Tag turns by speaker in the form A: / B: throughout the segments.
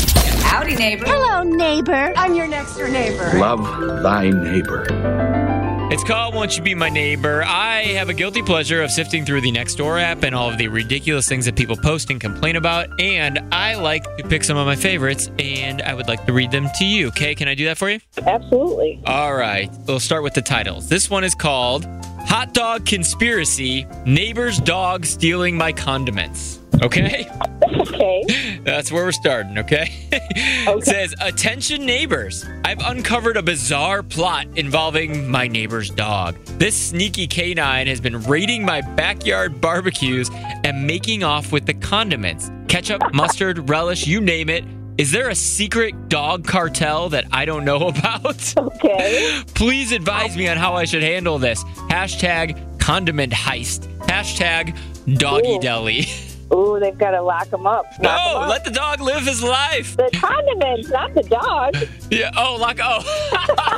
A: Howdy, neighbor.
B: Hello, neighbor.
C: I'm your next door neighbor.
D: Love thy neighbor.
E: It's called Won't You Be My Neighbor. I have a guilty pleasure of sifting through the Nextdoor app and all of the ridiculous things that people post and complain about. And I like to pick some of my favorites and I would like to read them to you. Kay, can I do that for you?
F: Absolutely.
E: All right. We'll start with the titles. This one is called Hot Dog Conspiracy Neighbor's Dog Stealing My Condiments. Okay?
F: Okay.
E: That's where we're starting, okay? It says, Attention neighbors, I've uncovered a bizarre plot involving my neighbor's dog. This sneaky canine has been raiding my backyard barbecues and making off with the condiments ketchup, mustard, relish, you name it. Is there a secret dog cartel that I don't know about?
F: Okay.
E: Please advise me on how I should handle this. Hashtag condiment heist. Hashtag doggy
F: Ooh.
E: deli.
F: Ooh, they've got to lock them up. Lock 'em
E: No,
F: up.
E: let the dog live his life.
F: the condiments, not the dog.
E: Yeah. Oh, like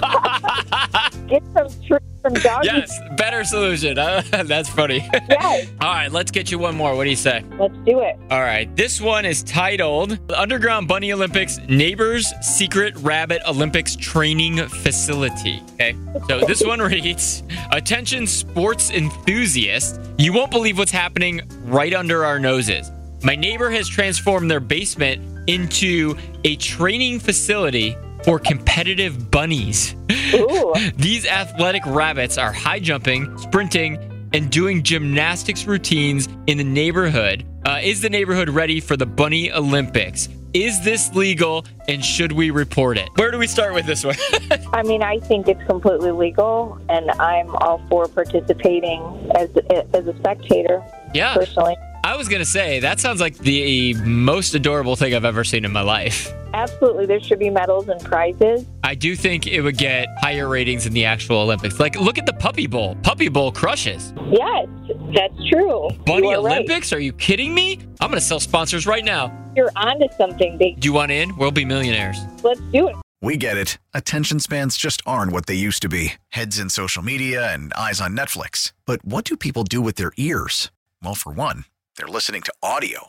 E: oh.
F: Get some treats from doggy.
E: yes. Better solution. Uh, that's funny.
F: Yes,
E: All right, let's get you one more. What do you say?
F: Let's do it.
E: All right, this one is titled "The Underground Bunny Olympics Neighbors Secret Rabbit Olympics Training Facility. Okay, so this one reads Attention, sports enthusiasts. You won't believe what's happening right under our noses. My neighbor has transformed their basement into a training facility for competitive bunnies.
F: Ooh.
E: These athletic rabbits are high jumping, sprinting, and doing gymnastics routines in the neighborhood. Uh, is the neighborhood ready for the Bunny Olympics? Is this legal and should we report it? Where do we start with this one?
F: I mean, I think it's completely legal, and I'm all for participating as as a spectator
E: yeah,
F: personally.
E: I was going to say that sounds like the most adorable thing I've ever seen in my life.
F: Absolutely, there should be medals and prizes.
E: I do think it would get higher ratings in the actual Olympics. Like, look at the Puppy Bowl. Puppy Bowl crushes.
F: Yes, that's true.
E: Bunny
F: You are right.
E: Olympics? Are you kidding me? I'm going to sell sponsors right now.
F: You're onto something, big.
E: Do you want in? We'll be millionaires.
F: Let's do it.
G: We get it. Attention spans just aren't what they used to be heads in social media and eyes on Netflix. But what do people do with their ears? Well, for one, they're listening to audio.